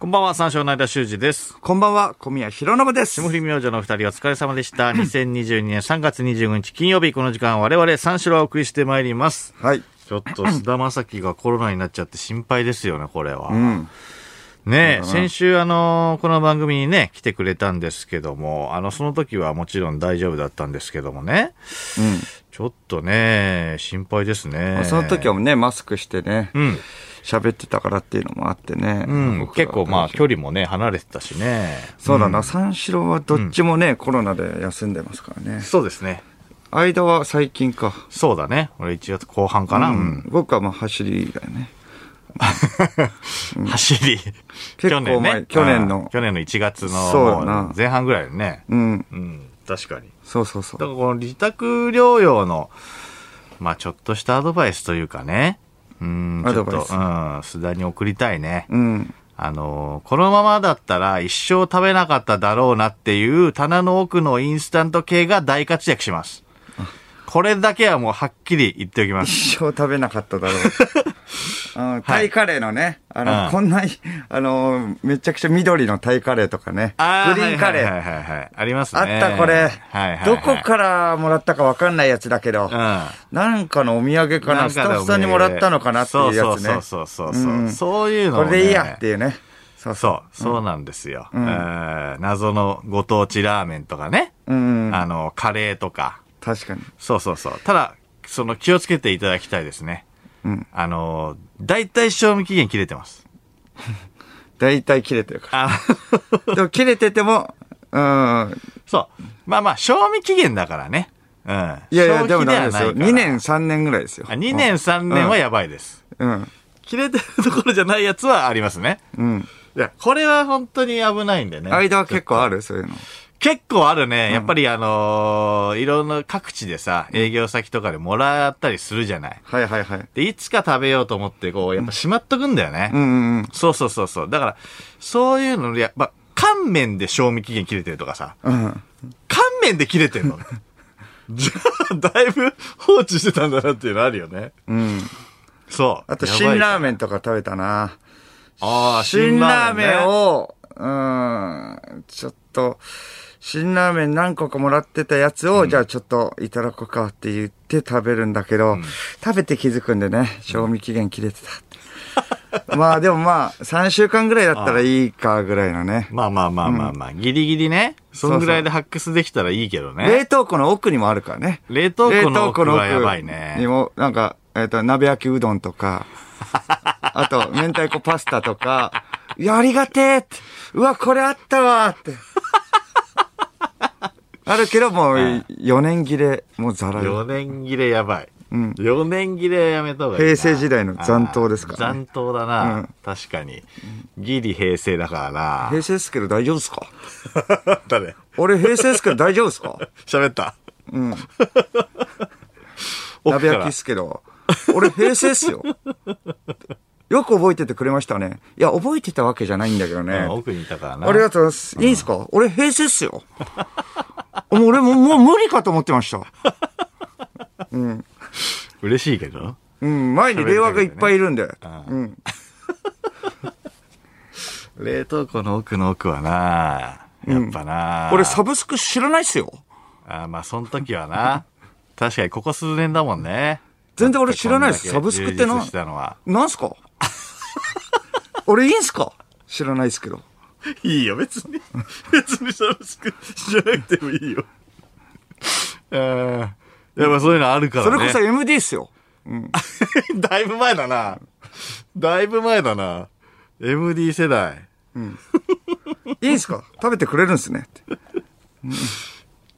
こんばんは、三照の間修二です。こんばんは、小宮弘信です。霜降り明星のお二人お疲れ様でした。2022年3月25日金曜日、この時間我々三四郎をお送りしてまいります。はい。ちょっと菅田将暉がコロナになっちゃって心配ですよね、これは。うん。ねえ、先週あのーこの番組にね、来てくれたんですけども、あの、その時はもちろん大丈夫だったんですけどもね、ちょっとね、心配ですうねん。。その時はね、マスクしてね、うん、喋ってたからっていうのもあってね。うん、僕ら結構まあ距離もね、離れてたしね。そうだな、三四郎はどっちもね、コロナで休んでますからね。そうですね。間は最近か。そうだね。俺1月後半かな。ううんん。僕はまあ走りだよね。走り。結構前去年のうん去年の1月のそうだなもう前半ぐらいだよね。うん。うん、確かに。そうそうそだかう。らこの自宅療養の、まあちょっとしたアドバイスというかね。うん、ちょっアドバと、イスうん、須田に送りたいね。うん。あのーこのままだったら一生食べなかっただろうなっていう棚の奥のインスタント系が大活躍します。これだけはもうはっきり言っておきます。一生食べなかっ ただろううん。タイカレーのね、あの、うんこんなに、あの、めちゃくちゃ緑のタイカレーとかね、あグリーンカレー、はいはいはいはいはい。ありますね。あったこれ、はいはいはい。どこからもらったかわかんないやつだけど、うなんかのお土産ん。かな、スタッフさんにもらったのかなっていうやつそうね。そうそうそうそう。うんそういうのこをねれでいいやっていうね。そうそそう、そうなんですよ。えー謎のご当地ラーメンとかね。う。うん、あの、カレーとか。確かに。そうそうそう。ただ、その気をつけていただきたいですね。うん。あの、大体賞味期限切れてます。大体切れてるかあ ら。でも切れてても、うん。そう。まあまあ、賞味期限だからね。うん。いやい消や、費でもダメですよ。はないから2年、3年ぐらいですよ。あ2年、3年はやばいです。うん。切れてるところじゃないやつはありますね。うん。いや、これは本当に危ないんでね。間は結構ある、そういうの。結構あるね。やっぱりあのーいろんな各地でさ、営業先とかでもらったりするじゃない。はいはいはい。で、いつか食べようと思って、こう、やっぱしまっとくんだよね。うんうんうん。そうそうそうそう。だから、そういうので、やっぱ、乾麺で賞味期限切れてるとかさ、うん。乾麺で切れてんの じゃあ、だいぶ放置してたんだなっていうのあるよね。うん。そう。あと、やばい辛ラーメンとか食べたな。ああ、辛辛ララーーメメンンを。を、うん、ちょっと、辛ラーメン何個かもらってたやつを、じゃあちょっといただこうかって言って食べるんだけど、食べて気づくんでね、賞味期限切れてた って。まあでもまあ、3週間ぐらいだったらいいかぐらいのね。まあまあまあまあまあ、ギリギリね。そんぐらいで発掘できたらいいけどね。冷凍庫の奥にもあるからね。冷凍庫の奥は冷やばいにね。も、なんか、えっ、と、鍋焼きうどんとか、 あと、明太子パスタとか、いや、ありがてえって、うわ、これあったわって。 あるけど、もう、4年切れ、もうざら4よ。年切れやばい。うん。 4年切れやめた方がいいな。平成時代の残党ですからねあー残党だう。なん確かに。ギリ平成だから平成ですけど大丈夫ですかな。誰俺、平成ですけど大丈夫ですか喋ったうん。奥鍋か焼きらっ。すけど。俺、平成っすよ。よく覚えててくれましたね。いや、覚えてたわけじゃないんだけどね。うん奥にいたからな。ありがとうございます。いいんすか、俺平成っすよ。 もう俺ももう無理かと思ってました。嬉しいけど。うん、前に令和がいっぱいいるんで。うん。冷凍庫の奥の奥はな。やっぱな。俺サブスク知らないっすよ。あーまあ、その時は な。確かに、ここ数年だもんね。全然俺知らないですこんだけサブスクってな充実したのは。なんす か俺いいんすか知らないっすけど。いいよ、別に。別にサブスクしなくてもいい よ。うん。やっぱそういうのあるからそね。れこそ MD っすよ。 だいぶ前だな。だいぶ前だな。MD 世代。いいんすか食べてくれるんすねって。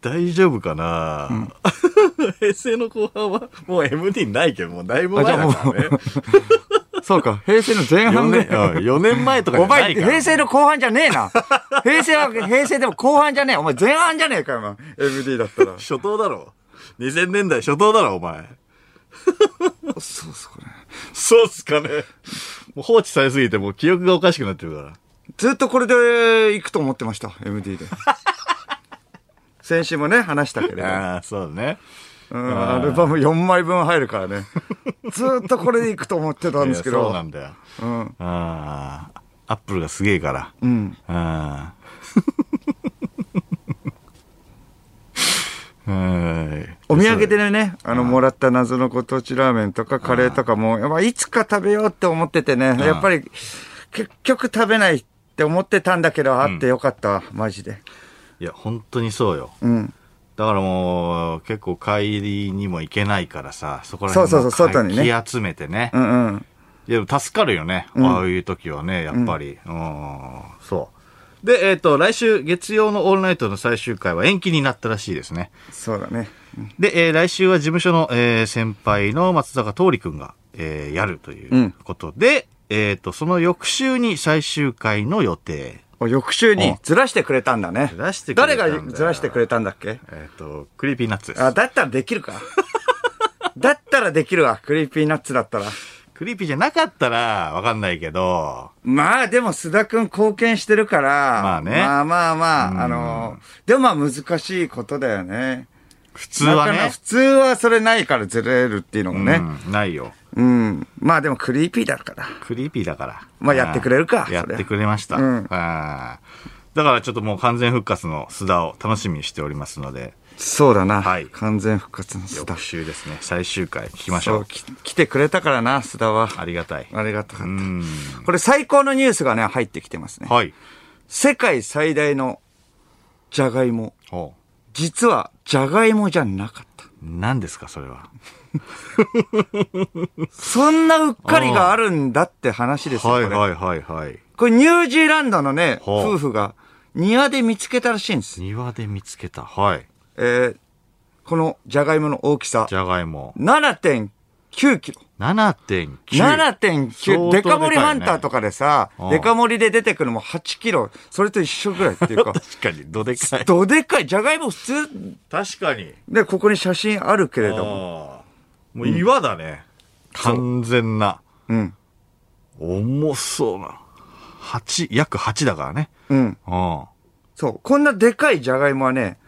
大丈夫かな、 平成の後半はもう MD ないけど、もうだいぶ前だからね。そうか、平成の前4半ぐら年 い、。うん4年前とかじおゃな前、いから。平成の後半じゃねえな。平成は、平成でも後半じゃねえ。お前前半じゃねえかよ、お前 MD だったら。初頭だろ。2000年代初頭だろ、お前。 そうっすかね。そうっすかね。もう放置されすぎて、もう記憶がおかしくなってるから。ずっとこれで行くと思ってました、MD で。先週もね、話したけれど、ああ、そうね。うん、アルバム4枚分入るからね。ずっとこれで行くと思ってたんですけいやそうなど、んだよ。うん、ああ。アップルがすげえから。うん。うん。 はいお土産でね、あの、もらった謎のご当地ラーメンとかカレーとかも、やっぱいつか食べようって思っててね、やっぱり、結局食べないって思ってたんだけど、あってよかったわ、マジで。いや、本当にそうよ。うん。だからもう、結構帰りにも行けないからさ、そこらそう辺そうそうも外にねかき集めてね。うんうん。いや、でも助かるよね。ああいう時はね、やっぱり。うん、そう。で、えっ、と、来週月曜のオールナイトの最終回は延期になったらしいですね。そうだね。で、えー来週は事務所の、えー先輩の松坂桃李くんが、えーやるということで、えっ、と、その翌週に最終回の予定。お翌週にずらしてくれたんだね。ずらしてくれたんだよ誰がずらしてくれたんだっけえっ、と、クリーピーナッツです。あ、だったらでき るか。だったらできるわ、クリーピーナッツだったら。クリーピーじゃなかったらわかんないけど、まあでも須田くん貢献してるから。まあねまあまあまあ、あの、でもまあ難しいことだよね。普通はなかなかね普。通はそれないからずれるっていうのもね。うん、ないよ。うん。まあでもクリーピーだから。クリーピーだから。まあやってくれるかあーやそりゃってくれました。うんあーだからちょっともう完全復活の須田を楽しみにしておりますので、そうだな。はい完全復活の須田翌。週ですね、最終回聞きましょそうう。き来てくれたからな、須田は。ありがたい。ありがたかっうん。た。これ最高のニュースがね、入ってきてますね。はい。世界最大のジャガイモ。ほ実はジャガイモじゃなかった。う。何ですか、それは。そんなうっかりがあるんだって話ですよ、こはいれ。はいはいはい。これニュージーランドのね、はあ夫婦が庭で見つけたらしいんです。庭で見つけた。はい。えーこのジャガイモの大きさじ。ゃがいも。 7.9キロ。 7.9。相当7.9。でデかいねカ盛りハンターとかでさ、ああ。デカ盛りで出てくるのも8キロ。それと一緒ぐらいっていうか 確かに、どでかい。どでかい。ジャガイモ普通、確かに。で、ここに写真あるけれどあも。ーもう岩だね。完全な。うん。重そうな。八約8だからね。うん。うん。あそう。こんなでかいジャガイモはね、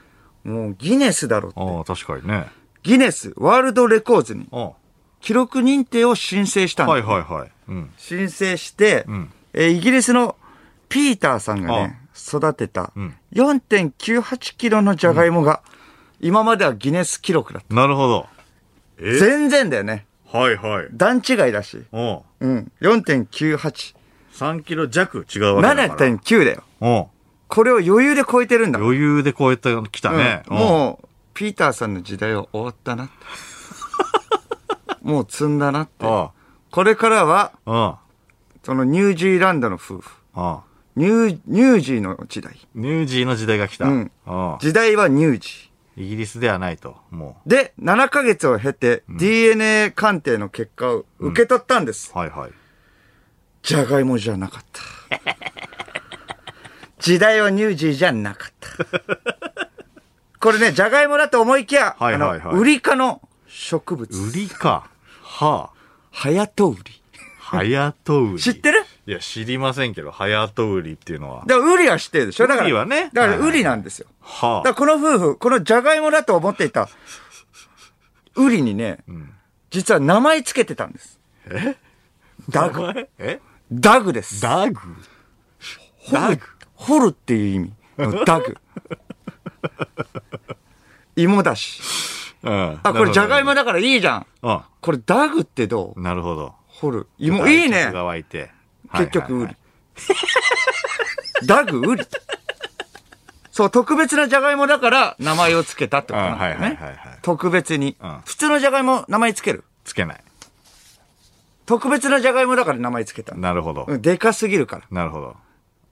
もうギネスだろって。あ、確かにね。ギネス、ワールドレコーズにうん。記録認定を申請したんだはいはいはい。うん。申請して、んえーイギリスのピーターさんがね、育てたん4.98キロのジャガイモが、今まではギネス記録だった。なるほど。え全然だよね。はいはい。段違いだし。うん。うん。4.98。 3キロ弱違うわけだから。 7.9だよ。うん。これを余裕で超えてるんだ。余裕で超えてきたね。うんもう、ピーターさんの時代は終わったなって。 もう積んだなってう。ん。あこれからは、あ。うん。そのニュージーランドの夫婦。ああ。ニュー、ニュージーの時代。ニュージーの時代が来た。うんああ時代はニュージー。イギリスではないと。もで、7ヶ月を経て、DNA 鑑定の結果を受け取ったんです。う。はいはい。じゃがいもじゃなかった。 時代はニュージーじゃなかった。 これね、じゃがいもだと思いきや、はいはいはいあの、ウリ科の植物。売りか。はハヤトウリ。あ。はやと売り。知ってるいや、知りませんけど、はやと売りっていうのは。だからウリは知ってるでしょだから。ウリはねだかはらいはいウリなんですよ。はだからこの夫婦、このじゃがいもだと思っていた、ウリにね、実は名前つけてたんです。えダグ。あ。えダグです。ダグダグ掘るっていう意味の ダグ。芋だし。うん。あ、これじゃがいもだ。だからいいじゃん。う。これダグってどうんなるほど。掘る。芋、いいねが。湧いて。結局、はいウはいリ。ダグ、ウリ。そう、特別なじゃがいもだから名前をつけたってことなんだようんはいはいはいねはい。特別にうん。普通のじゃがいも名前つける。つけない。特別なじゃがいもだから名前つけた。なるほど。うんでかすぎるから。なるほど。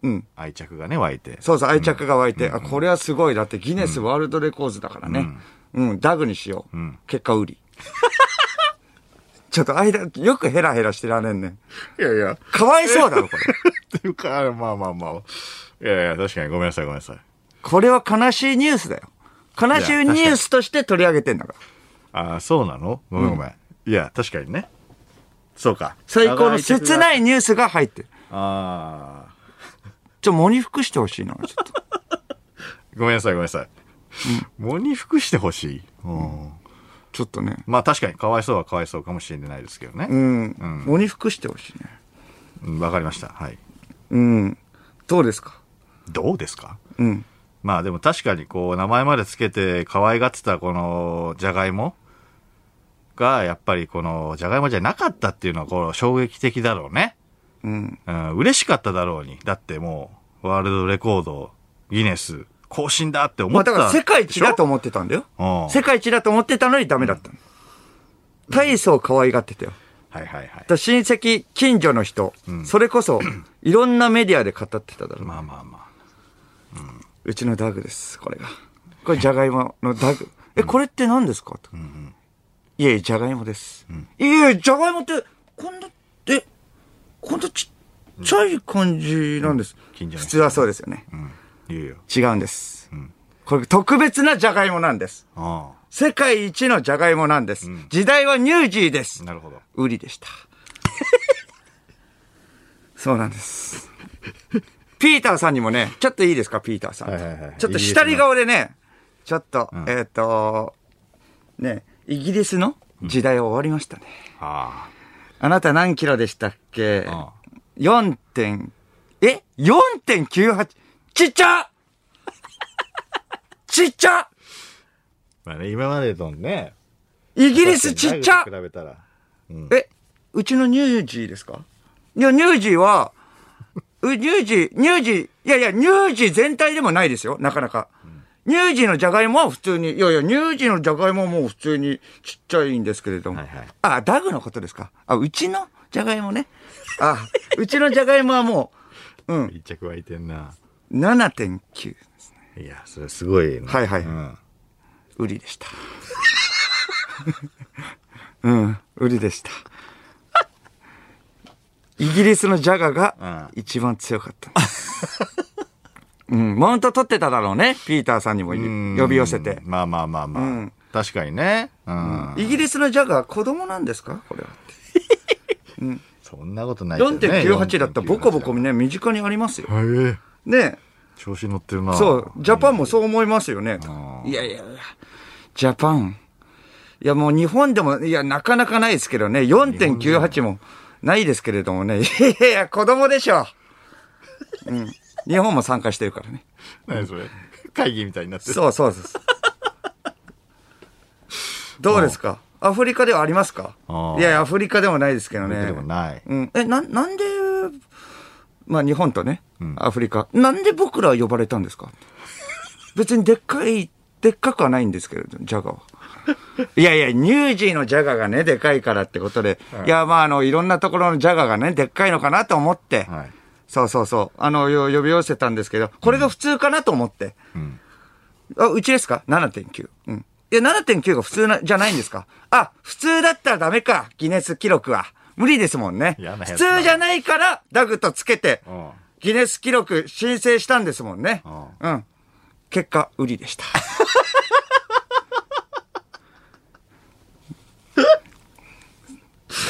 うん。愛着がね、湧いて。そうそう、愛着が湧いて、あ、これはすごい。だってギネスワールドレコーズだからね。うん、ダグにしよう。結果売り。 ちょっと間、よくヘラヘラしてられんねん。いやいや。かわいそうだ ろ、これ。っていうか、あれまあまあまあ。いやいや、確かにごめんなさいごめんなさい。これは悲しいニュースだよ。悲しいニュースとして取り上げてんだから。ああ、そうなのごめんごめん。いや、確かにね。そうか。。最高の切ないいニュースが入ってる。ああ。ちょ、喪に服してほしい な、ちょっと。ごめんなさいごめんなさい。喪に服してほしい。うんちょっとね。まあ確かにかわいそうはかわいそうかもしれないですけどねう。ん。喪に服してほしいね。うんわかりました。はい。うん。どうですかどうですかうん。まあでも確かにこう、名前までつけて可愛がってたこの、じゃがいもが、やっぱりこの、じゃがいもじゃなかったっていうのは、こう、衝撃的だろうね。うん。うん、嬉しかっただろうに。だってもう、ワールドレコード、ギネス、更新だって思まあっただでしょ。から世界一だと思ってたんだよ。うん。世界一だと思ってたのにダメだったの。大層可愛がってたよ。はいはいはいだか。ら親戚、近所の人、それ こそ、いろんなメディアで語ってただろう。まあまあまうちのダグです、これが。これ、じゃがいものダグ。え、これって何ですかと。いやいや、じゃがいもです。いやいや、じゃがいもって、こんな、え、こんなちっちゃい感じなんです。近所の人普通はそうですよね。あ。うん。言うよ。違うんです。これ、特別なじゃがいもなんです。あ世界一のじゃがいもなんです。時代はニュージーですあ。。なるほど。売りでした。 そうなんです。ピーターさんにもね、ちょっといいですか、ピーターさん。はいはいはいちょっと下り顔でね、ちょっと、んえっ、と、ね、イギリスの時代は終わりましたね。ああなた何キロでしたっけあ。 ?4 点、え ?4.98! ちっちゃちっちゃまあね、今までとね。イギギリスちっちゃ比べたら。うん。え、うちのニュージーですかいや、ニュージーは、うニュージー、ニュージー、いやいや、ニュージー全体でもないですよ、なかなか。ニュージーのじゃがいもは普通に、いやいや、ニュージーのじゃがいもはもう普通にちっちゃいんですけれども。はいはいあ、ダグのことですかあ、うちのじゃがいもね。あ、うちのじゃがいもはもう、うん、一着湧いてんな。 7.9ですね。いや、それすごいな。はいはいうん。売りでした。 うん、売りでした。イギリスのジャガが一番強かったんです。うん、マウント取ってただろうね、ピーターさんにもうん呼び寄せて。まあまあまあまあ。うん確かにね。うん。イギリスのジャガは子供なんですかこれは。そんなことないけどね。 4.98だったらボコボコね、身近にありますよ。はいえ。ね調子乗ってるな。そう、ジャパンもそう思いますよねあ。ーいやいやいや、ジャパン。いやもう日本でも、いや、なかなかないですけどね、4.98もないですけれどもね、いやいや、子供でしょ。うん。日本も参加してるからね。何それ。会議みたいになってる。そうそうです。どうですかアフリカではありますかあーいやいや、アフリカでもないですけどそうね。でもない。うん。え、な、なんで、まあ日本とねん、アフリカ、なんで僕ら呼ばれたんですか別にでっかい、でっかくはないんですけれど、ジャガは。 いやいや、ニュージーのジャガがね、でかいからってことで、いや、まああの、いろんなところのジャガがね、でっかいのかなと思って、はい。そうそうそう、あの、よ呼び寄せたんですけど、これが普通かなと思って。うん。あ、うちですか ?7.9。うん。いや、7.9が普通な、じゃないんですかあ、普通だったらダメか。ギネス記録は。無理ですもんね。嫌なやつ普だ通じゃないから、ダグとつけて、うん。ギネス記録申請したんですもんね。ううん。結果、売りで した。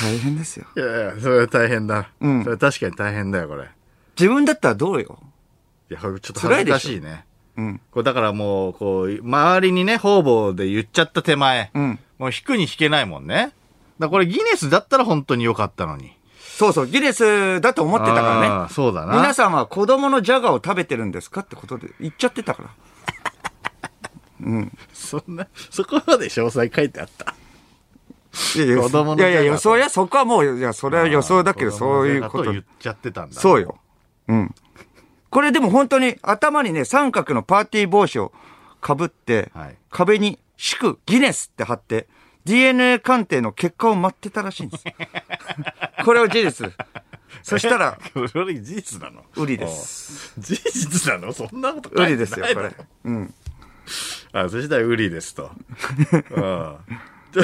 大変ですよ。いやいや、それは大変だ。うんそれは確かに大変だよ、これ。い自分だったらどうよ。や、これちょっと恥ずかしいね。うん。これだからもう、こう、周りにね、方々で言っちゃった手前。うん。もう引くに引けないもんね。だからこれギネスだったら本当に良かったのに。そうそう、ギネスだと思ってたからね。あーそうだな。皆さんは子供のジャガーを食べてるんですかってことで言っちゃってたから。そんな、そこまで詳細書いてあった。いやい や子供のいジャガやーいや予想や、そこはもう、いや、それは予想だけど、あーそういうこ子供との言。っちゃってたんだ。そうよ。うん。これでも本当に頭にね、三角のパーティー帽子をかぶって、はい壁に祝ギネスって貼って、DNA 鑑定の結果を待ってたらしいんです。 これを事実。そしたら、う。 それ事実なの売り で。す。おう事実なのそんなこと書いて売ないりですよ、これ。うん。れ。あ、そしたら売りですと。うん。ちょ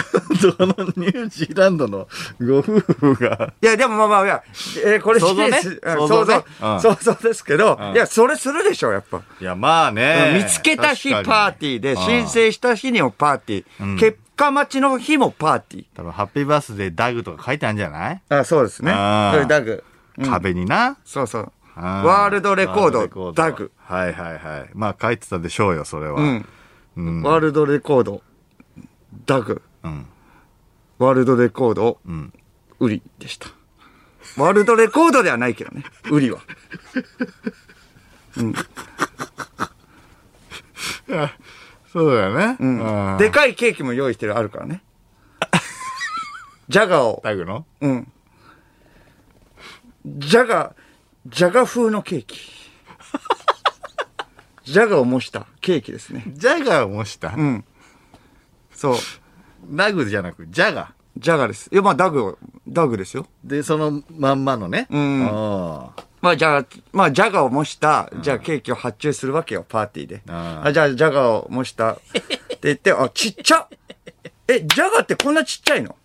っとこのニュージーランドのご夫婦が、いや、でもまあまあ、いや、えーこれ想像ね事実うん想想像像、ねうん想像ですけど、んいや、それするでしょ、やっぱ。いや、まあね。見つけた日パーティーで、確かに申。請した日にもパーティー、ん結果待ちの日もパーティー。多分、ハッピーバースデーダグとか書いてあるんじゃない、あ、そうですね。あーそれダグ。壁にな。そうそう。あワールドレコードワルダグ。はいはいはい。まあ書いてたでしょうよ、それは。うん。うん。ワールドレコード、ダグ、うん。ワールドレコード、うん。売りでした。ワールドレコードではないけどね。売りは。そうだよね。ううん。でかいケーキも用意してるあるからね。ジャガーを。タグのうん。ジャガー、ジャガ風のケーキ。ジャガを模したケーキですね。ジャガーを模した。うん。そう。ラグじゃなく、ジャガー。ジャガです。いや、まあ、ダグを、ダグですよ。で、そのまんまのね。 んあーまあ、ジャガ、まあ、ジャガを模した、じゃあケーキを発注するわけよ、パーティーで。ああじゃあ、ジャガを模した。って言って、あ、ちっちゃえ、ジャガってこんなちっちゃいの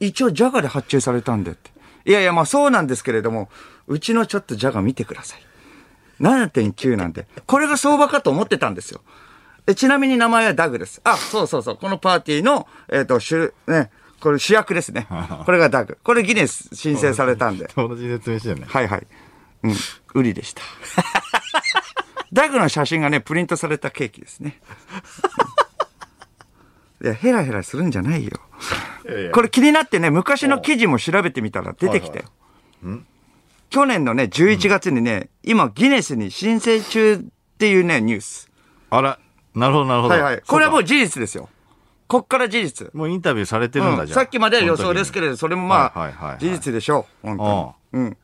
一応、ジャガで発注されたんでって。いやいや、まあ、そうなんですけれども、うちのちょっとジャガ見てください。7.9なんで。これが相場かと思ってたんですよ。えちなみに名前はダグです。あ、そうそうそう。このパーティーの、えっ、と、主、ね、これ主役ですね。これがダグ。これギネス申請されたんで。同じ説明してるね。はいはい。うん。売りでした。ダグの写真がね、プリントされたケーキですね。いや、ヘラヘラするんじゃないよ。これ気になってね、昔の記事も調べてみたら出てきたよ。去年のね、11月にね、今ギネスに申請中っていうね、ニュース。あら、なるほど、なるほど。はいはい。これはもうう事実ですよ。こっから事実。だ、もうインタビューされてるんだ、うんじゃあさっきまでは予想ですけれど、それもまはいはいはいはあい、事実でしょう。本当に。うん。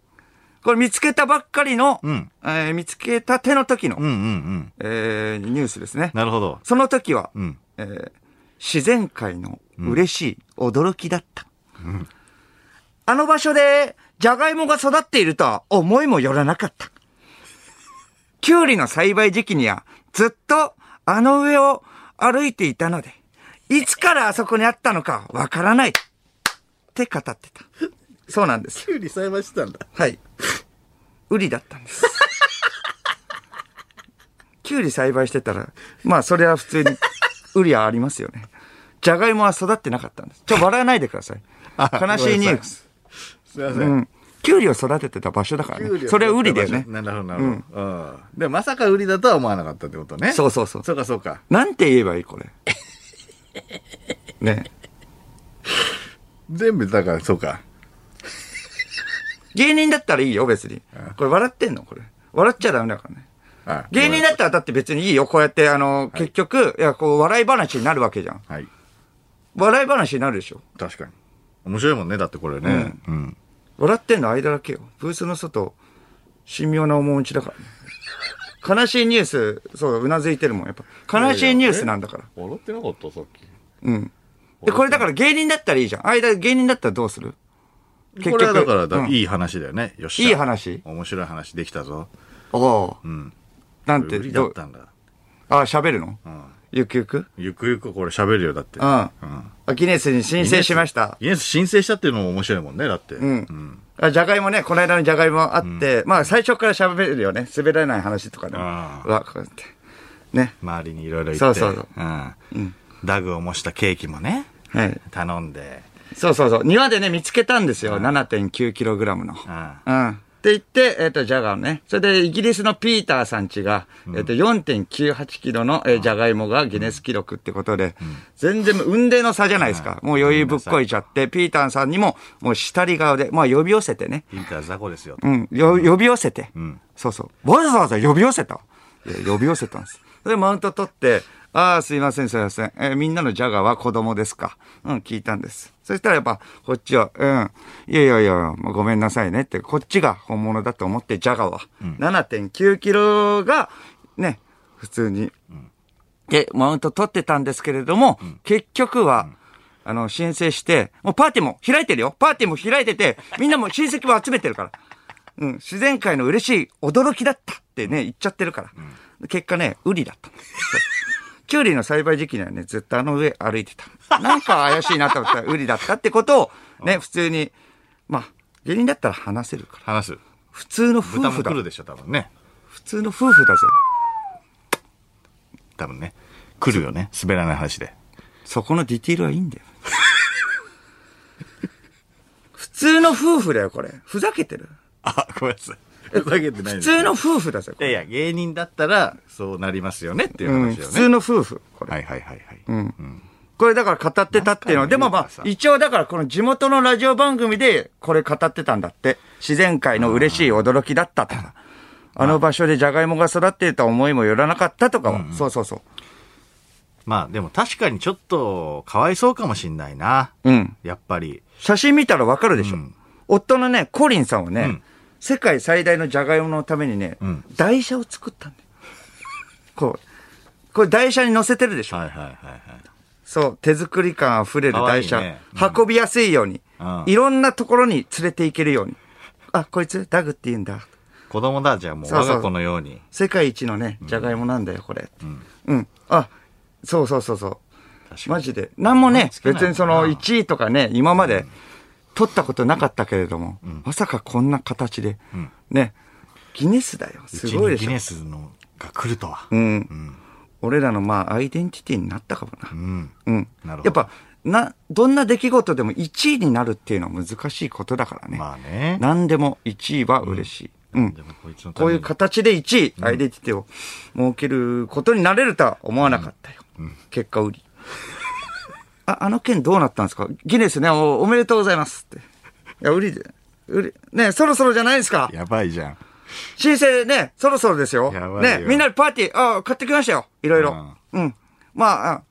これ見つけたばっかりの、んえー見つけたての時の、うんうんうん。えーニュースですね。なるほど。その時は、んえー自然界の嬉しい驚きだった。あの場所で、ジャガイモが育っているとは思いもよらなかった。キュウリの栽培時期には、ずっとあの上を歩いていたので、いつからあそこにあったのかわからない。って語ってた。そうなんです。キュウリ栽培してたんだ。はい。ウリだったんです。 キュウリ栽培してたら、まあそれは普通にウリはありますよね。ジャガイモは育ってなかったんです。ちょ、笑わないでくだ さい。悲しいニュース。すいません。うん。キュウリを育ててた場所だからキュウリね。をそれはウリだよね。なるほど、なるほど。うん。で、まさかウリだとは思わなかったってことね。そうそうそう。そうか、そうか。なんて言えばいいこれ。ね。全部、だから、そうか。芸人だったらいいよ、別に。これ笑ってんのこれ。笑っちゃダメだからね。はい芸人だったらだって別にいいよ。こうやって、あの、結局、いや、こう、笑い話になるわけじゃん。はい。笑い話になるでしょ。確かに。面白いもんね、だってこれね。うん。笑ってんの間だけよ。ブースの外、神妙な面持ちだから、ね。悲しいニュース、そうだ、うなずいてるもん。やっぱ、悲しいニュースなんだから。笑ってなかった、さっき。うん。で、これだから芸人だったらいいじゃん。間、芸人だったらどうする結局これはだからだ、うんいい話だよね。よっしゃ。いい話面白い話できたぞ。おおう。んなんて、売りだどっうたんだ。あ、喋るの、んゆくゆくゆくゆくこれ喋るよ、だって。うん。あギネスに申請しました。イエス申請したっていうのも面白いもんね、だって。うん。あじゃがいもね、この間のじゃがいもあって、まあ最初から喋るよね。滑らない話とかね。あうわ、こうやって。ね。周りにいろいろ言って。そうそうそううん。ダグを模したケーキもね、はい。頼んで。そうそうそう。庭でね、見つけたんですよ。7.9kg の。あうん。って言って、えっ、と、ジャガーをね。それで、イギリスのピーターさんちが、えっ、と、4.98kg の、えージャガイモがギネス記録ってことで、全然、運命の差じゃないですか。もう余裕ぶっこいちゃって、ピーターさんにも、もう下り顔で、まあ、呼び寄せてね。インター雑魚ですよ。うん、よ呼び寄せて、んそうそう。わざわざ呼び寄せた。いや呼び寄せたんです。で、マウント取って、ああ、すいません、すいません。えーみんなのジャガーは子供ですかうん、聞いたんです。そしたらやっぱ、こっちは、うん、いやいやいや、まあごめんなさいねって、こっちが本物だと思って、ジャガーは。7.9キロが、ね、普通に。で、マウント取ってたんですけれども、結局は、あの、申請して、もうパーティーも開いてるよ。パーティーも開いてて、みんなもう親戚も集めてるから。うん、自然界の嬉しい驚きだったってね、言っちゃってるから。結果ね、ウリだったの。 キュウリの栽培時期にはね、ずっとあの上歩いてた。なんか怪しいなと思った らウリだったってことを、ね、普通に、まあ、芸人だったら話せるから。話す。普通の夫豚も婦だ来。るでしょ、多分ね。普通の夫婦だぜ。多分ね。来るよね。滑らない話で。そこのディティールはい いんだよ。普通の夫婦だよ、これ。ふざけてる。あ、ごめんなさい。ふざけてない普です。い通の夫婦だぜ、こやれ。いや、芸人だったら、そうなりますよねっていううん話普よ通ね。の夫婦、これ。はいはいはいはい。うん。これだから語ってたっていうのは、でもまあ、一応だからこの地元のラジオ番組でこれ語ってたんだって。自然界の嬉しい驚きだったとか、あの場所でジャガイモが育っているとは思いもよらなかったとかは、うんうん、そうそうそう。まあでも確かにちょっとかわいそうかもしんないな。うん。やっぱり。写真見たらわかるでしょ。うん、夫のね、コリンさんはね、うん、世界最大のジャガイモのためにね、うん、台車を作ったんだよ。 こう、これ台車に乗せてるでしょ。はいはいはいはい。そう、手作り感あふれる台車。いいね、運びやすいように、いろんなところに連れて行けるように。あ、こいつ、ダグって言うんだ。子供だ、じゃあもう、我が子のように。世界一のね、じゃがいもなんだよ、これ、うん。うん。あ、そうそうそうそう。マジで。なんもね、別にその1位とかね、今まで取ったことなかったけれども、うん、まさかこんな形で、うん、ね、ギネスだよ。すごいでしょ。ギネスのが来るとは。。うん。俺らのまあ、アイデンティティになったかもな。うんうん。なるほど。やっぱ、な、どんな出来事でも1位になるっていうのは難しいことだからね。まあね。何でも1位は嬉しい。うん。こ,いこういう形で1位、うん、アイデンティティを設けることになれるとは思わなかったよ。うんうん、結果売り。 あ、あの件どうなったんですかギネスねお、おめでとうございますって。いや、売りで、売り、ねそろそろじゃないですか。やばいじゃん。申請ね、そろそろですよ。よねみんなでパーティー、あ買ってきましたよ。いろいろ。うん。まあ、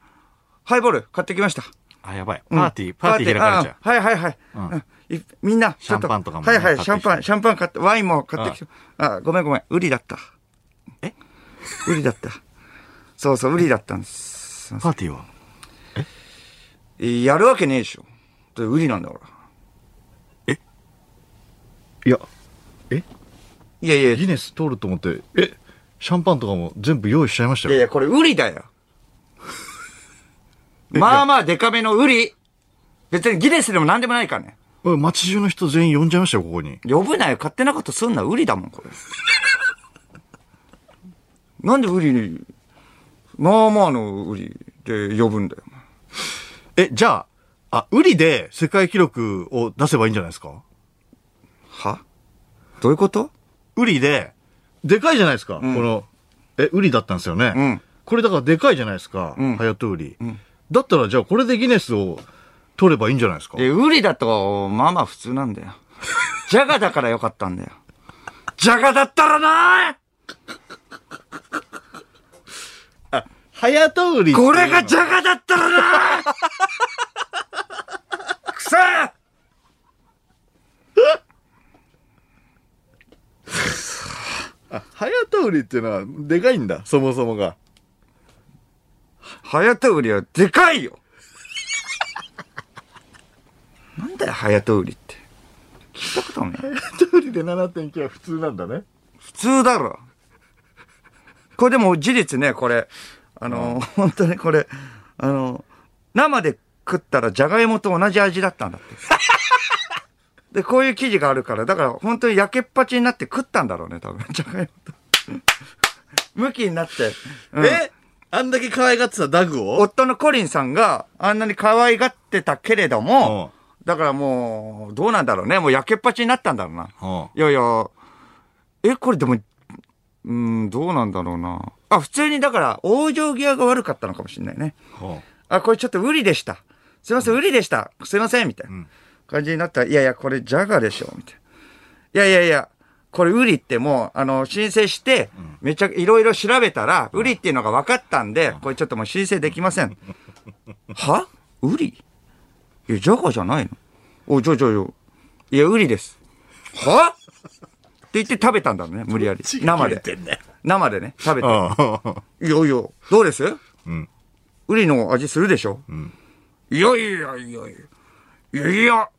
ハイボール買ってきました。あ、やばい。パーティー、うん、パーティー開かれちゃう。はいはいはい。うんい、みんな、シャンパンとかも、ね、はいはい、シャンパン、シャンパン買って、ワインも買ってきて、あごめんごめん、ウリだった。えウリだった。そうそう、ウリだったんです。パーティーは。えやるわけねえでしょ。でウリなんだからえいや、えいやいや。ギネス通ると思って、えシャンパンとかも全部用意しちゃいましたよ。いやいや、これウリだよ。まあまあデカめのウリ。別にギネスでも何でもないからね。街中の人全員呼んじゃいましたよ、ここに。呼ぶなよ、勝手なことすんな、ウリだもん、これ。なんでウリに、まあまあのウリで呼ぶんだよ。え、じゃあ、あ、ウリで世界記録を出せばいいんじゃないですかはどういうことウリで、でかいじゃないですか、うん、この、え、ウリだったんですよね。うん、これだからでかいじゃないですか、うん、ハヤトウリ。だったら、じゃあこれでギネスを、取ればいいんじゃないですかえ、ウリだと、まあまあ普通なんだよ。ジャガだからよかったんだよ。ジャガだったらなあ、ハヤトウリ。これがジャガだったらなくそあ、ハヤトウリっていうのは、でかいんだ、そもそもが。ハヤトウリはでかいよなんだよ、早と売りって。聞いたことない。早と売りで7.9は普通なんだね。普通だろ。これでも事実ね、これ。あの、うん、本当にこれ、あの、生で食ったらじゃがいもと同じ味だったんだって。 で、こういう記事があるから、だから本当に焼けっぱちになって食ったんだろうね、多分。じゃがいもと。向きになって。うん、えあんだけ可愛がってたダグを夫のコリンさんがあんなに可愛がってたけれども、うんだからもう、どうなんだろうね。もう焼けっぱちになったんだろうな。はあ、いやいや、え、これでも、うん、どうなんだろうな。あ、普通にだから、往生際が悪かったのかもしれないね。はあ、あ、これちょっと無理でした。すいません、無理でした。すいません、みたいな感じになったら、いやいや、これジャガでしょ、みたいな。いやいやいや、これウリってもう、あの、申請して、めっちゃいろいろ調べたら、ウリっていうのが分かったんで、これちょっともう申請できません。はウリいや、ジャガじゃないのお、じゃじゃよ。いや、ウリです。はって言って食べたんだろうね、無理やり。生で。生でね、食べて。いやいや、どうですうん。ウリの味するでしょうん。いやいやいやいや。いや、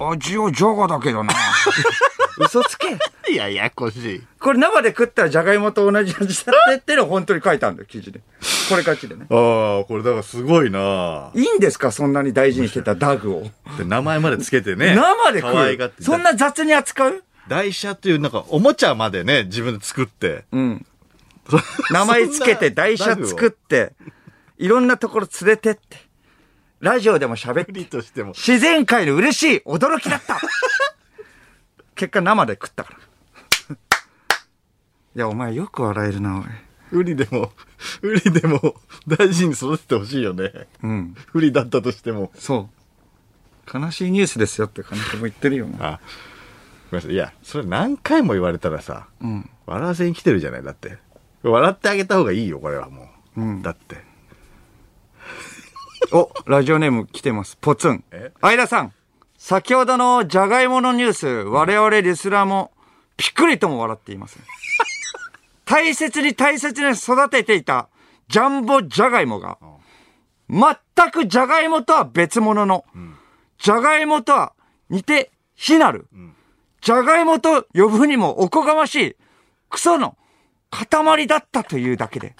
味はジャガだけどな。 嘘つけ。い や、やこしい。これ生で食ったらじゃがいもと同じ味だってっての本当に書いたんだよ、記事で。これ勝ちでね。ああ、これだからすごいないいんですかそんなに大事にしてたダグを。名前までつけてね。生で食うそんな雑に扱う台車というなんかおもちゃまでね、自分で作って。うん。名前つけて台車作って、いろんなところ連れてって。ラジオでも喋って。としても。自然界の嬉しい驚きだった結果生で食ったから。いや、お前よく笑えるな、おい。ウリでも、ウリでも、大事に育ててほしいよね。うん。不利だったとしても。そう。悲しいニュースですよって金子も言ってるよな。あ、ごめんなさい。いや、それ何回も言われたらさ、うん。笑わせに来てるじゃない、だって。笑ってあげた方がいいよ、これはもう。うんだって。お、ラジオネーム来てます。ポツンえ。相田さん、先ほどのジャガイモのニュース、我々リスナーもぴっくりとも笑っています。大切に大切に育てていたジャンボジャガイモが、全くジャガイモとは別物の、ジャガイモとは似て非なる、ジャガイモと呼ぶにもおこがましい、クソの塊だったというだけで、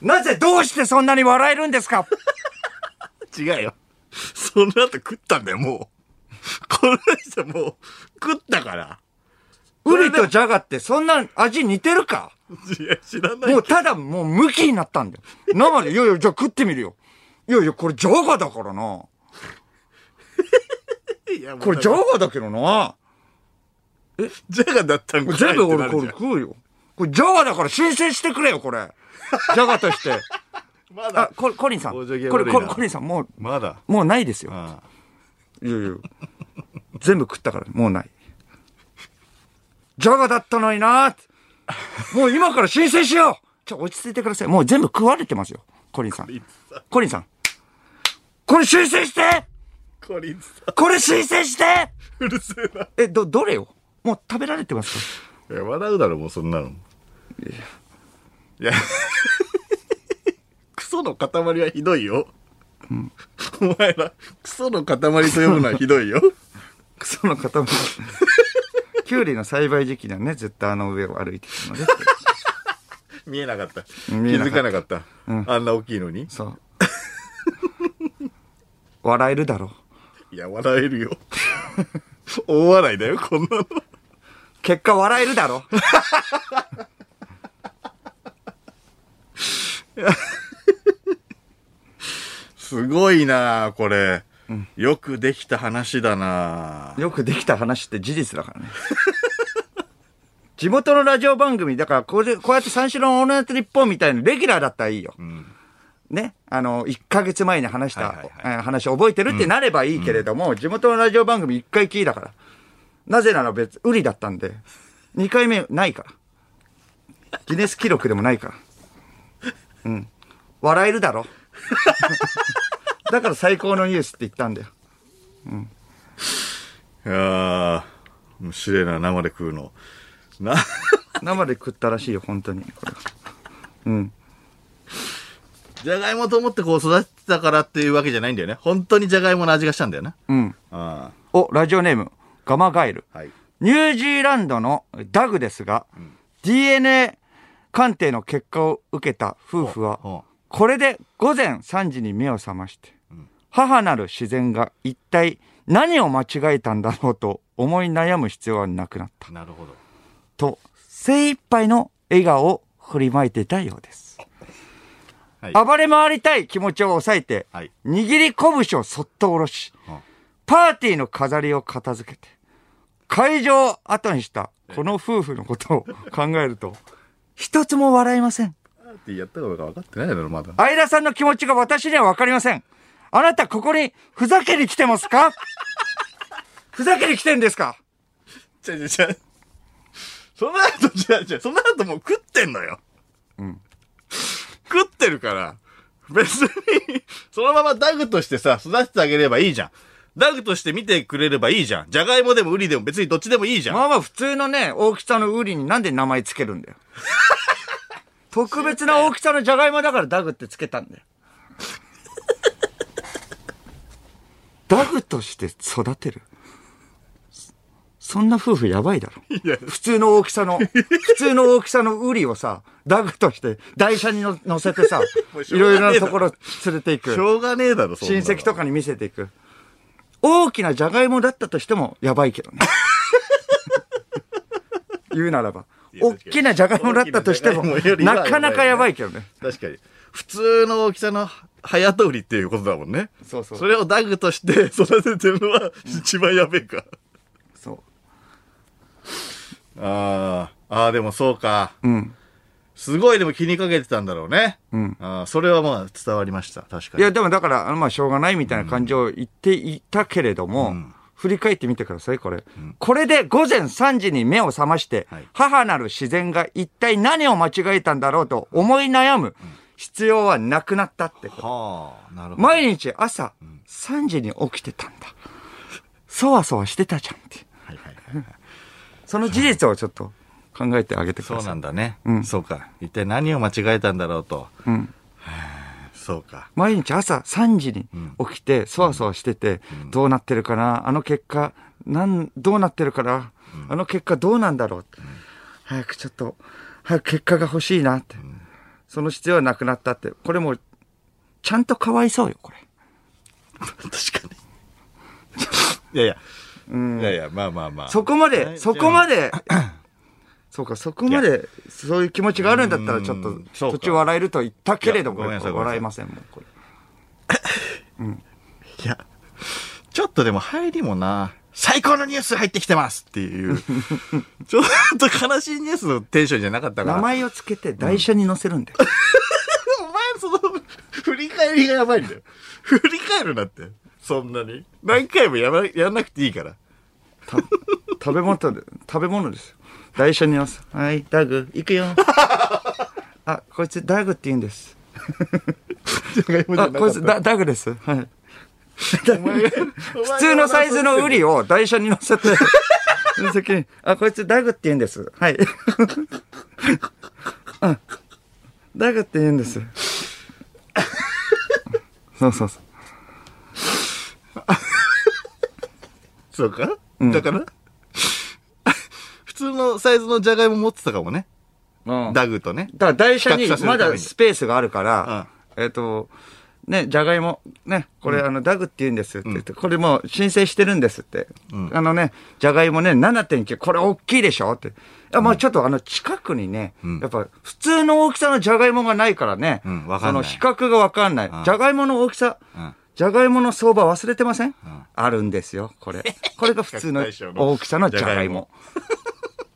なぜどうしてそんなに笑えるんですか違うよ。その後食ったんだよ、もう。この人もう、食ったから。ウリとジャガってそんな味似てるかいや、知らなもうただもう向きになった んだよ。生で、いやいや、じゃあ食ってみるよ。いやいや、これジャガだからな。いや、もうこれジャガだけどな。ジャガだったんかい全部俺ってなこれるじゃん食うよ。これジャガだから申請してくれよ、これ。ジャガと して。まあだ、、ココリンさん。こ往生際れ、悪いなココリンさん、もまだ。う、もうないですよ。ああいやいや。全部食ったから、もうない。ジャガだったの になもう今から申請しようちょ、落ち着いてください。もう全部食われてますよ。コリンさん。コリンさん。これ申請してこれ、これ申請してうるせえな。え、ど、どれをもう食べられてますかいや、笑うだろ、もうそんなの。いや。いや、クソの塊はひどいよ。お前ら、クソの塊と呼ぶのはひどいよ。クソの塊。キュウリの栽培時期にはね、絶対あの上を歩いてるの で。見えなかった。気見えづなかったかなかった。あんな大きいのに。そう。笑えるだろう。いや、笑えるよ。大笑いだよ、こんなの。結果笑えるだろう。すごいなあこれ。よくできた話だなあよくできた話って事実だからね。 地元のラジオ番組、だからこれ、こうやって三四郎のオールナイト日本みたいなレギュラーだったらいいよ。ね。あの、1ヶ月前に話した、はいはいえー話覚えてるってなればいいけれども、地元のラジオ番組1回きりだから。なぜなら別、売りだったんで、2回目ないから。ギネス記録でもないから。うん。笑えるだろ。 だから最高のニュースって言ったんだよ。いやー面白いな生で食うの。な、生で食ったらしいよ、本当に。これはうん。じゃがいもと思ってこう育てたからっていうわけじゃないんだよね。本当にじゃがいもの味がしたんだよな。うん。あお、ラジオネーム、ガマガエル。あ、はい。ニュージーランドのダグですが、DNA 鑑定の結果を受けた夫婦は、ほこれで午前3時に目を覚まして、母なる自然が一体何を間違えたんだろうと思い悩む必要はなくなった。うなるほど。と、精一杯の笑顔を振りまいていたようです。はい暴れ回りたい気持ちを抑えて、はい握り拳をそっと下ろし、はあパーティーの飾りを片付けて、会場を後にしたこの夫婦のことを考えると、一つも笑いません。パーティーやったことが分かってないだろ、まだ。相田さんの気持ちが私にはわかりません。あなたここにふざけに来てます かふざけに来てんですかちゃちゃちゃ。その後、じゃじゃその後もう食ってんのよ。うん。食ってるから、別に、そのままダグとしてさ、育ててあげればいいじゃん。ダグとして見てくれればいいじゃん。じゃがいもでもウリでも別にどっちでもいいじゃん。まあまあ普通のね、大きさのウリになんで名前つけるんだよ。 特別な大きさのジャガイモだからダグってつけたん だよ。ダグとして育てるそんな夫婦やばいだろ。普通の大きさの、普通の大きさのウリをさ、ダグとして台車にの乗せてさ、 もうしょいうがねろえいだろろなところ連れていくし。ょうがねえだろ、そんな親の戚とかに見せていく。大きなジャガイモだったとしてもやばいけど ね。言うならば。や大きなジャガイモだったとしても大きなジャガイモよ、りはなかなかやばいけどね。確かに。普通の大きさの早通りっていうことだもんね。そうそうそれをダグとして 育ててるのは一番やべえか。そああ、ああ、でもそうか。う。うん。すごいでも気にかけてたんだろうね。うん。あーそれはまあ伝わりました。確かいに。や、でもだから、あのまあ、しょうがないみたいな感じを言っていたけれども、振り返ってみてください、これ。これで午前3時に目を覚まして、はい母なる自然が一体何を間違えたんだろうと思い悩む必要はなくなったってこと。はあ、なるほど。毎日朝3時に起きてたんだ。そわそわしてたじゃんって。はいはいはいその事実をちょっと考えてあげてくそだうさ。ないんだね。そうか。一体何を間違えたんだろうと。んはあそうか。毎日朝3時に起きて、そわそわしてて、どうなってるかなあの結果、なん、どうなってるかなあの結果どうなんだろう早くちょっと、早く結果が欲しいなって。その必要はなくなったって。これもう、ちゃんとかわいそうよ、これ。確かに。いやいや。いやいや、まあまあまあ。そこまで、ねそこまで、 そうか、そこまで、そういう気持ちがあるんだったら、ちょっうとん、そうか途中笑えると言ったけれどいやごも、めんなさい笑えませんもん、これ。いや、ちょっとでも入りもな、最高のニュース入ってきてますって いう、ちょっと悲しいニュースのテンションじゃなかったから。名前をつけて台車に載せるんだよ。お前、その、振り返りがやばいんだよ。振り返るなって。そんなに。何回もやばやんなくていいから。た 食べ物で、食べ物ですよ。台車に載せ。はい、ダグ、行 くよ。あ、こいつダグって言うんです。あ、こいつダダグです。はい。普普通のサイズのウリを台車に乗 せて、先に、あ、こいつダグって言うんです。はい。 あダグって言うん です。そうそうそう。そうか、だから 普通のサイズのジャガイモ持ってたかもね。うんだダグとね。から台車比に較させるまためだにスペースがあるから、えっ、と、ね、じゃがいも、ね、これ、あの、ダグって言うんですって言って、これもう申請してるんですって。あのね、じゃがいもね、7.9、これ大きいでしょって。いや、まあちょっとあの、近くにね、やっぱ、普通の大きさのじゃがいもがないからね、うんわかそんなのい比較がわかんない。じゃがいもの大きさ、んじゃがいもの相場忘れてません、あるんですよ、これ。これが普通の比較対象の大きさのじゃがいも。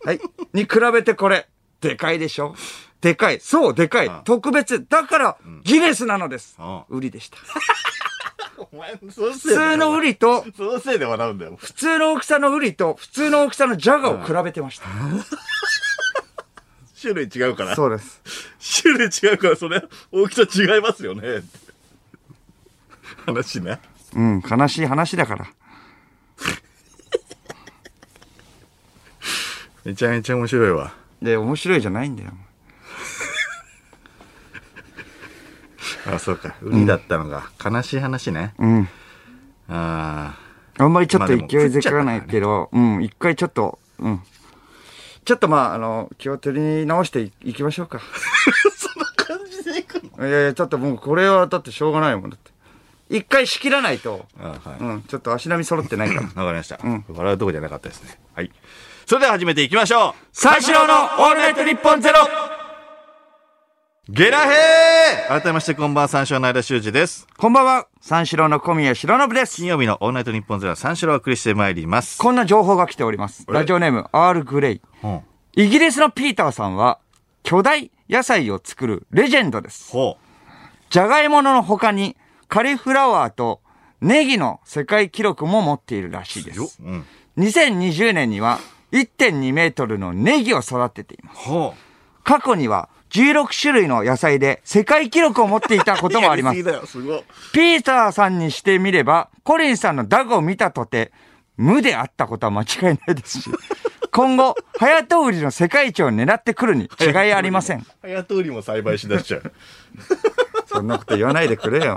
はい。に比べてこれ、でかいでしょでかい。そう、でかい。特別。だから、ギネスなのです。ああ売りでした。お前、そのせ普通の売りと、そのせいで笑うんだよ。普通の大きさの売りと、普通の大きさのジャガを比べてました。種類違うから。 そうです。種類違うから、それ、大きさ違いますよね。話ね。うん、悲しい話だから。めちゃめちゃ面白いわ。で、面白いじゃないんだよ。あ、そうか。ウニだったのが、悲しい話ね。うん。ああ。あんまりちょっとまあでも勢いづかないけど、うん、一回ちょっと、うん。ちょっとまあ、あの、気を取り直していいきましょうか。 そんな感じでいくのいやいや、だってもうこれはだってしょうがないもんだって。一回仕切らないと、あはい。わうん、ちょっと足並み揃ってないから。かりました。笑うとこじゃなかったですね。はい。それでは始めていきましょう三四郎のオールナイトニッポンゼロゲラヘー改めましてこんばんは、三四郎の間修二です。こんばんは、三四郎の小宮白信です。金曜日のオールナイトニッポンゼロは三四郎をお送りしてまいります。こんな情報が来ております。ラジオネーム、アールグレイ。ほイギリスのピーターさんは、巨大野菜を作るレジェンドです。ほじゃがいものの他に、カリフラワーとネギの世界記録も持っているらしいです。うん。 2020年には、1.2メートルのネギを育てています。ほう。過去には16種類の野菜で世界記録を持っていたこともあります。だよ、すごい。ピーターさんにしてみれば、コリンさんのダグを見たとて、無であったことは間違いないです し、今後、早と売りの世界一を狙ってくるに違いありません。早通りも栽培しだしちゃう。 そんなこと言わないでくれよ。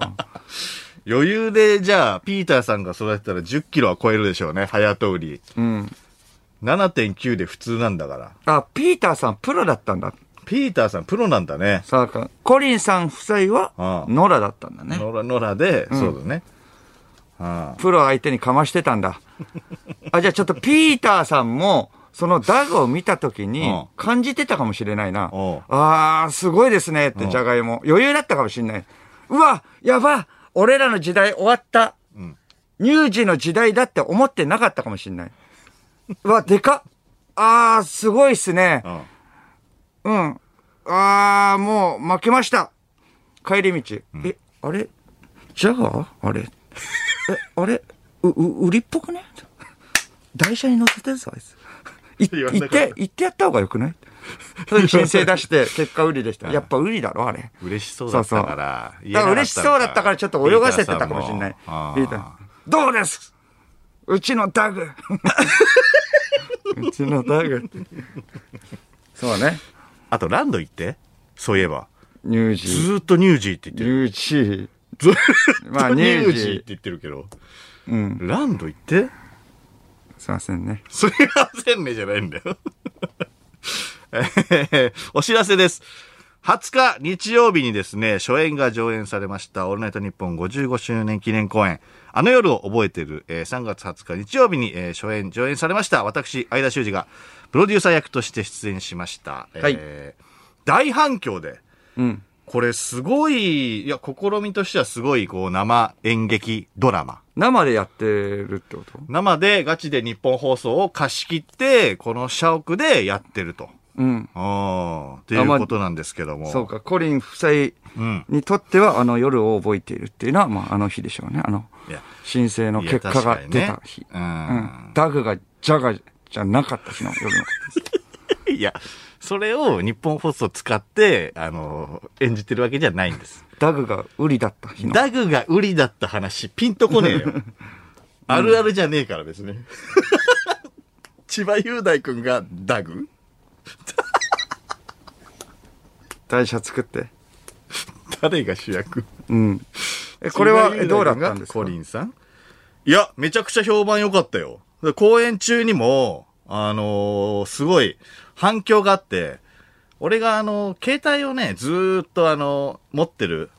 余裕で、じゃあ、ピーターさんが育てたら10キロは超えるでしょうね、早通り。うん。 7.9で普通なんだから。あ、ピーターさんプロだったんだ。ピーターさんプロなんだね。さあ、コリンさん夫妻はあ、あノラだったんだね。野良、野良で、そうだね。あプロ相手にかましてたんだ。あ、じゃあちょっとピーターさんも、そのダグを見たときうにん感じてたかもしれないな。うんあー、すごいですねって、じゃがいも。余裕だったかもしれない。うわ、やば俺らの時代終わった。乳児の時代だって思ってなかったかもしれない。うわ、でかっあー、すごいっすねあ。。うん。うん。あー、もう負けました。帰り道。え、あれじゃああれえ、あれう、う、売りっぽくね台車に乗せてるぞ、あいつ。い言わ行なっかったて、行ってやった方がよくないそれで申請出して、結果売りでした。やっぱ売りだろ、あれ。嬉しそうだったから。だから嬉しそうだったからちょっと泳がせてたかもしれない。言リえーたダらさもうあーどうですうちの ダグうちのダグって。そうね。ーあとランド行って。そういえば。ニュージずー。ーっとニュージーって言ってニる。ュージー。ずーっまあとニニュューージジーーって言ってるけど。うん。ランド行ってすいませんね。 すいませんねじゃないんだよ。 えーお知らせです。20日日曜日にですね、初演が上演されました、オールナイトニッポン55周年記念公演、あの夜を覚えてる、えー3月20日日曜日に、えー初演、上演されました、私、相田修二が、プロデューサー役として出演しました。はいえー大反響で、うん。これすごい、いや、試みとしてはすごい、こう、生演劇ドラマ。生でやってるってこと生でガチで日本放送を貸し切って、この社屋でやってると。うん。うん。っていうことなんですけども。そうか、コリン夫妻うん。にとっては、あの夜を覚えているっていうのは、まあ、あの日でしょうね。あの、いや、申請の結果が出た日いや確。かにねうん。ダグが、ジャガじゃなかった日の夜のことです。うん。いや、それを日本放送使って、あの、演じてるわけじゃないんです。ダグが売りだった 日の。ダグが売りだった話、ピンとこ ねえよ。あるあるじゃねえからですね。 千葉雄大君がダグ台車作って。誰が主役うん。え、これは、えどうだったんですかコリンさんいや、めちゃくちゃ評判良かったよ。で公演中にも、あのーすごい反響があって、俺があのー携帯をね、ずーっとあのー持ってる、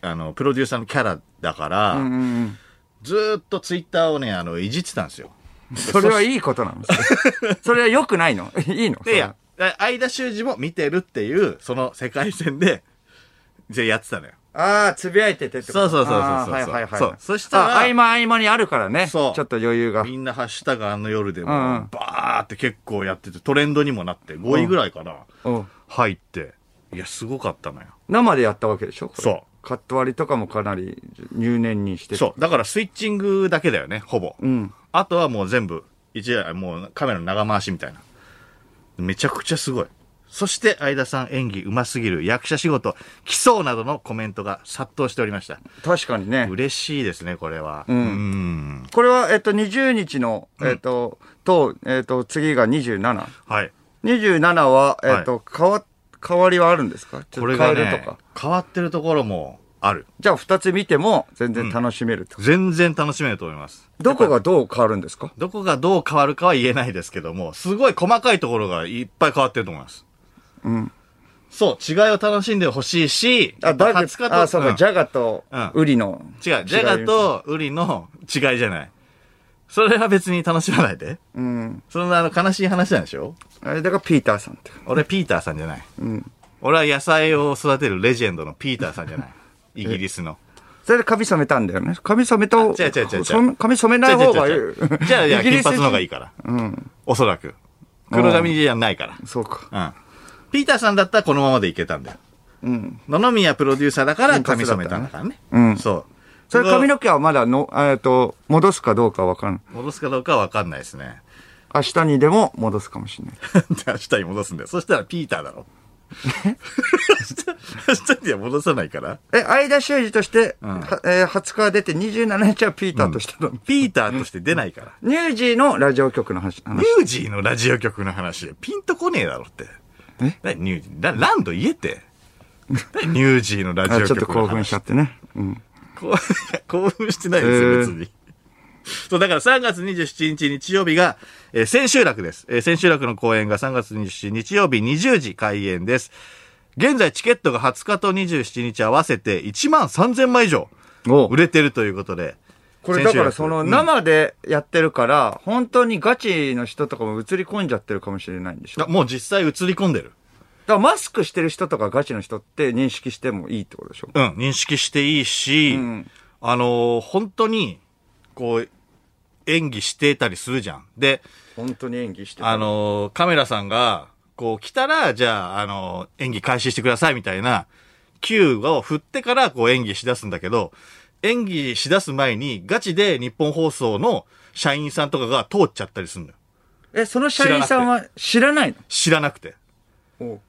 あのプロデューサーのキャラだから、うんうんずーっとツイッターをね、あの、いじってたんですよ。うん。それはいいことなんですか それは良くないのいいので、いや、相田修二も見てるっていう、その世界線で、 でやってたのよ。ああ、つぶやいててってことそうそうそうそうそうあーはいはいはい。そうそしたらあ合間合間にあるからね。そうちょっと余裕が。みんなハッシュタグあの夜でも、うんうんバーって結構やってて、トレンドにもなって、5位ぐらいかな、うん入って。いや、すごかったのよ。生でやったわけでしょこれそうカット割りとかもかなり入念にして。そう。だからスイッチングだけだよね、ほぼ。うん。あとはもう全部、一台、もうカメラの長回しみたいな。めちゃくちゃすごい。そして、相田さん演技うますぎる、役者仕事、来そうなどのコメントが殺到しておりました。確かにね。嬉しいですね、これは。んんこれは、えっと、20日の、えっと、と、えっと、次が27。はい。 27は、えっと、変わ、変わりはあるんですかちょこっれと変がえるねとか。、変わってるところもある。じゃあ、2つ見ても全然楽しめると。全然楽しめると思います。どこがどう変わるんですかどこがどう変わるかは言えないですけども、すごい細かいところがいっぱい変わってると思います。うん。そう、違いを楽しんでほしいし、やあ、っぱだ20日と、あ、そううか、んジャガとうん、ウリの。違う、ジャガとウリの違いじゃない。それは別に楽しまないで。うん。そんなあの悲しい話なんでしょあれだからピーターさんって。俺ピーターさんじゃない。うん。俺は野菜を育てるレジェンドのピーターさんじゃ ない。イギリスの。それで髪染めたんだよね。髪染めた方あ違う違う違う違うそん髪染めない方がいい違う違う違う。じゃあ、いや、金髪の方がいいい。から。うん。おそらく。黒髪じゃないから。そうか。うん。ピーターさんだったらこのままでいけたんだよ。うん。野々宮プロデューサーだから髪染めたんだからね。うんそう。それ髪の毛はまだの、えっと、戻すかどうかわからん。戻すかどうかは分かんないですね。 明日にでも戻すかもしれない。明日に戻すんだよ。そしたらピーターだろ。明日、明日には戻さないから。え、相田修二として、んはえー20日出て27日はピーターとしての、ピーターとして出ないから。ニュージーのラジオ局の話。あのニュージーのラジオ局の話、ピンとこねえだろって。え何ニュージーラ、ランド言えって。何ニュージーのラジオあちょっと局の話。興奮しちゃってね。うん。興奮いや興奮してないですよ、えー別に。そう、だから3月27日日曜日が、えー千秋楽です。えー千秋楽の公演が3月27日日曜日20時開演です。現在チケットが20日と27日合わせて1万3000枚以上お売れてるということで。これだか千秋ら楽そのうん生でやってるから、本当にガチの人とかも映り込んじゃってるかもしれないんでしょあもう実際映り込んでる。だからマスクしてる人とかガチの人って認識してもいいってことでしょうん、認識していいし、んあのー本当に、こう、演技してたりするじゃん。で、本当に演技してるあのーカメラさんが、こう来たら、じゃあ、あの、演技開始してくださいみたいな、球を振ってからこう演技しだすんだけど、演技しだす前にガチで日本放送の社員さんとかが通っちゃったりするのよ。え、その社員さんは知らない知らなくて。の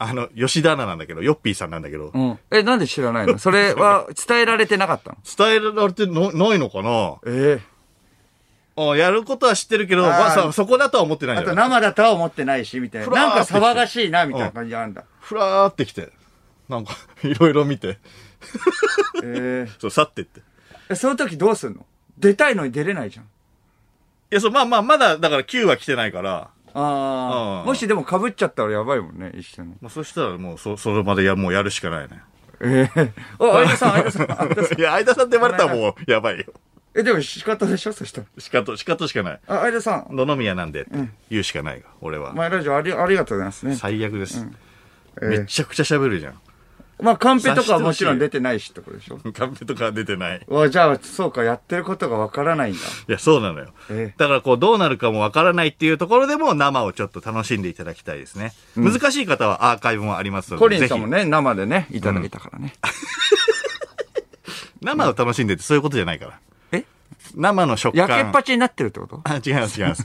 あの、吉田アナなんだけど、ヨッピーさんなんだけど、うん。え、なんで知らない のそれは伝えられてなかったの伝えられてのないのかなええあやることは知ってるけど、あーまあさ、そこだとは思ってないんあじゃとない生だとは思ってないし、みたいな。ふらーなんかってして騒がしいな、みたいな感じなんだ。ふらーってきて、なんか、 いろいろ見て、ええそう、去ってって。いえその時どうすんの出たいのに出れないじゃん。や、そう、まあまあ、まだ、だから9は来てないから、ああーあ。もしでも被っちゃったらやばいもんね、一緒に。まあ、そしたらもう、そ、それまでや、もうやるしかないね。え えお、相田さん、相田さん、相田さ ん。いや、相田さんって言われたらもう、やばいよ。え、でも仕方でしょそしたら。仕方、仕方しかない。あ、相田さん、野々宮なんでって言うしかないが、俺は。前ラジオありありがとうございますね。最悪です。えめーちゃくちゃ喋るじゃん。まあ、カンペとかはもちろん出てないしってことでしょカンペとか出てない。わ、じゃあ、そうか、やってることがわからないんだ。いや、そうなのよ。ええだからこう、どうなるかもわからないっていうところでも生をちょっと楽しんでいただきたいですね。難しい方はアーカイブもありますので、コリンさんもぜね、生でね、いただいたからね。ひ生を楽しんでってそういうことじゃないから。え生の食感。焼けっぱちになってるってことあ 違います、違います。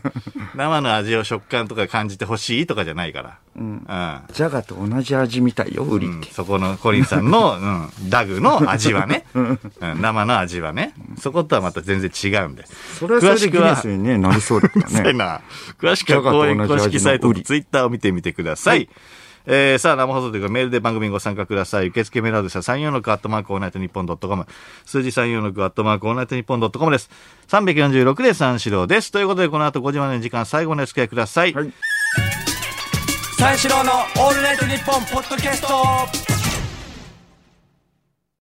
生の味を食感とか感じてほしいとかじゃないから。うん。ジャガと同じ味みたいよ、売りっうんて。そこのコリンさん の、うん、ダグの味はね、うん、生の味はね、そことはまた全然違うんで。それはそれでギネ詳しくスはにね、なりそうだ かうるさらいね。な。詳しくは公園公式サイトとツイッターを見てみてください。えー、さあ、生放送というかメールで番組にご参加ください。受付メールアドレスは346アットマークオールナイトニッポンドットコム。数字346アットマークオールナイトニッポンドットコムです。346で三四郎です。ということで、この後5時までの時間、最後までお付き合いください。はい三四郎の「オールナイトニッポン」ポッドキャスト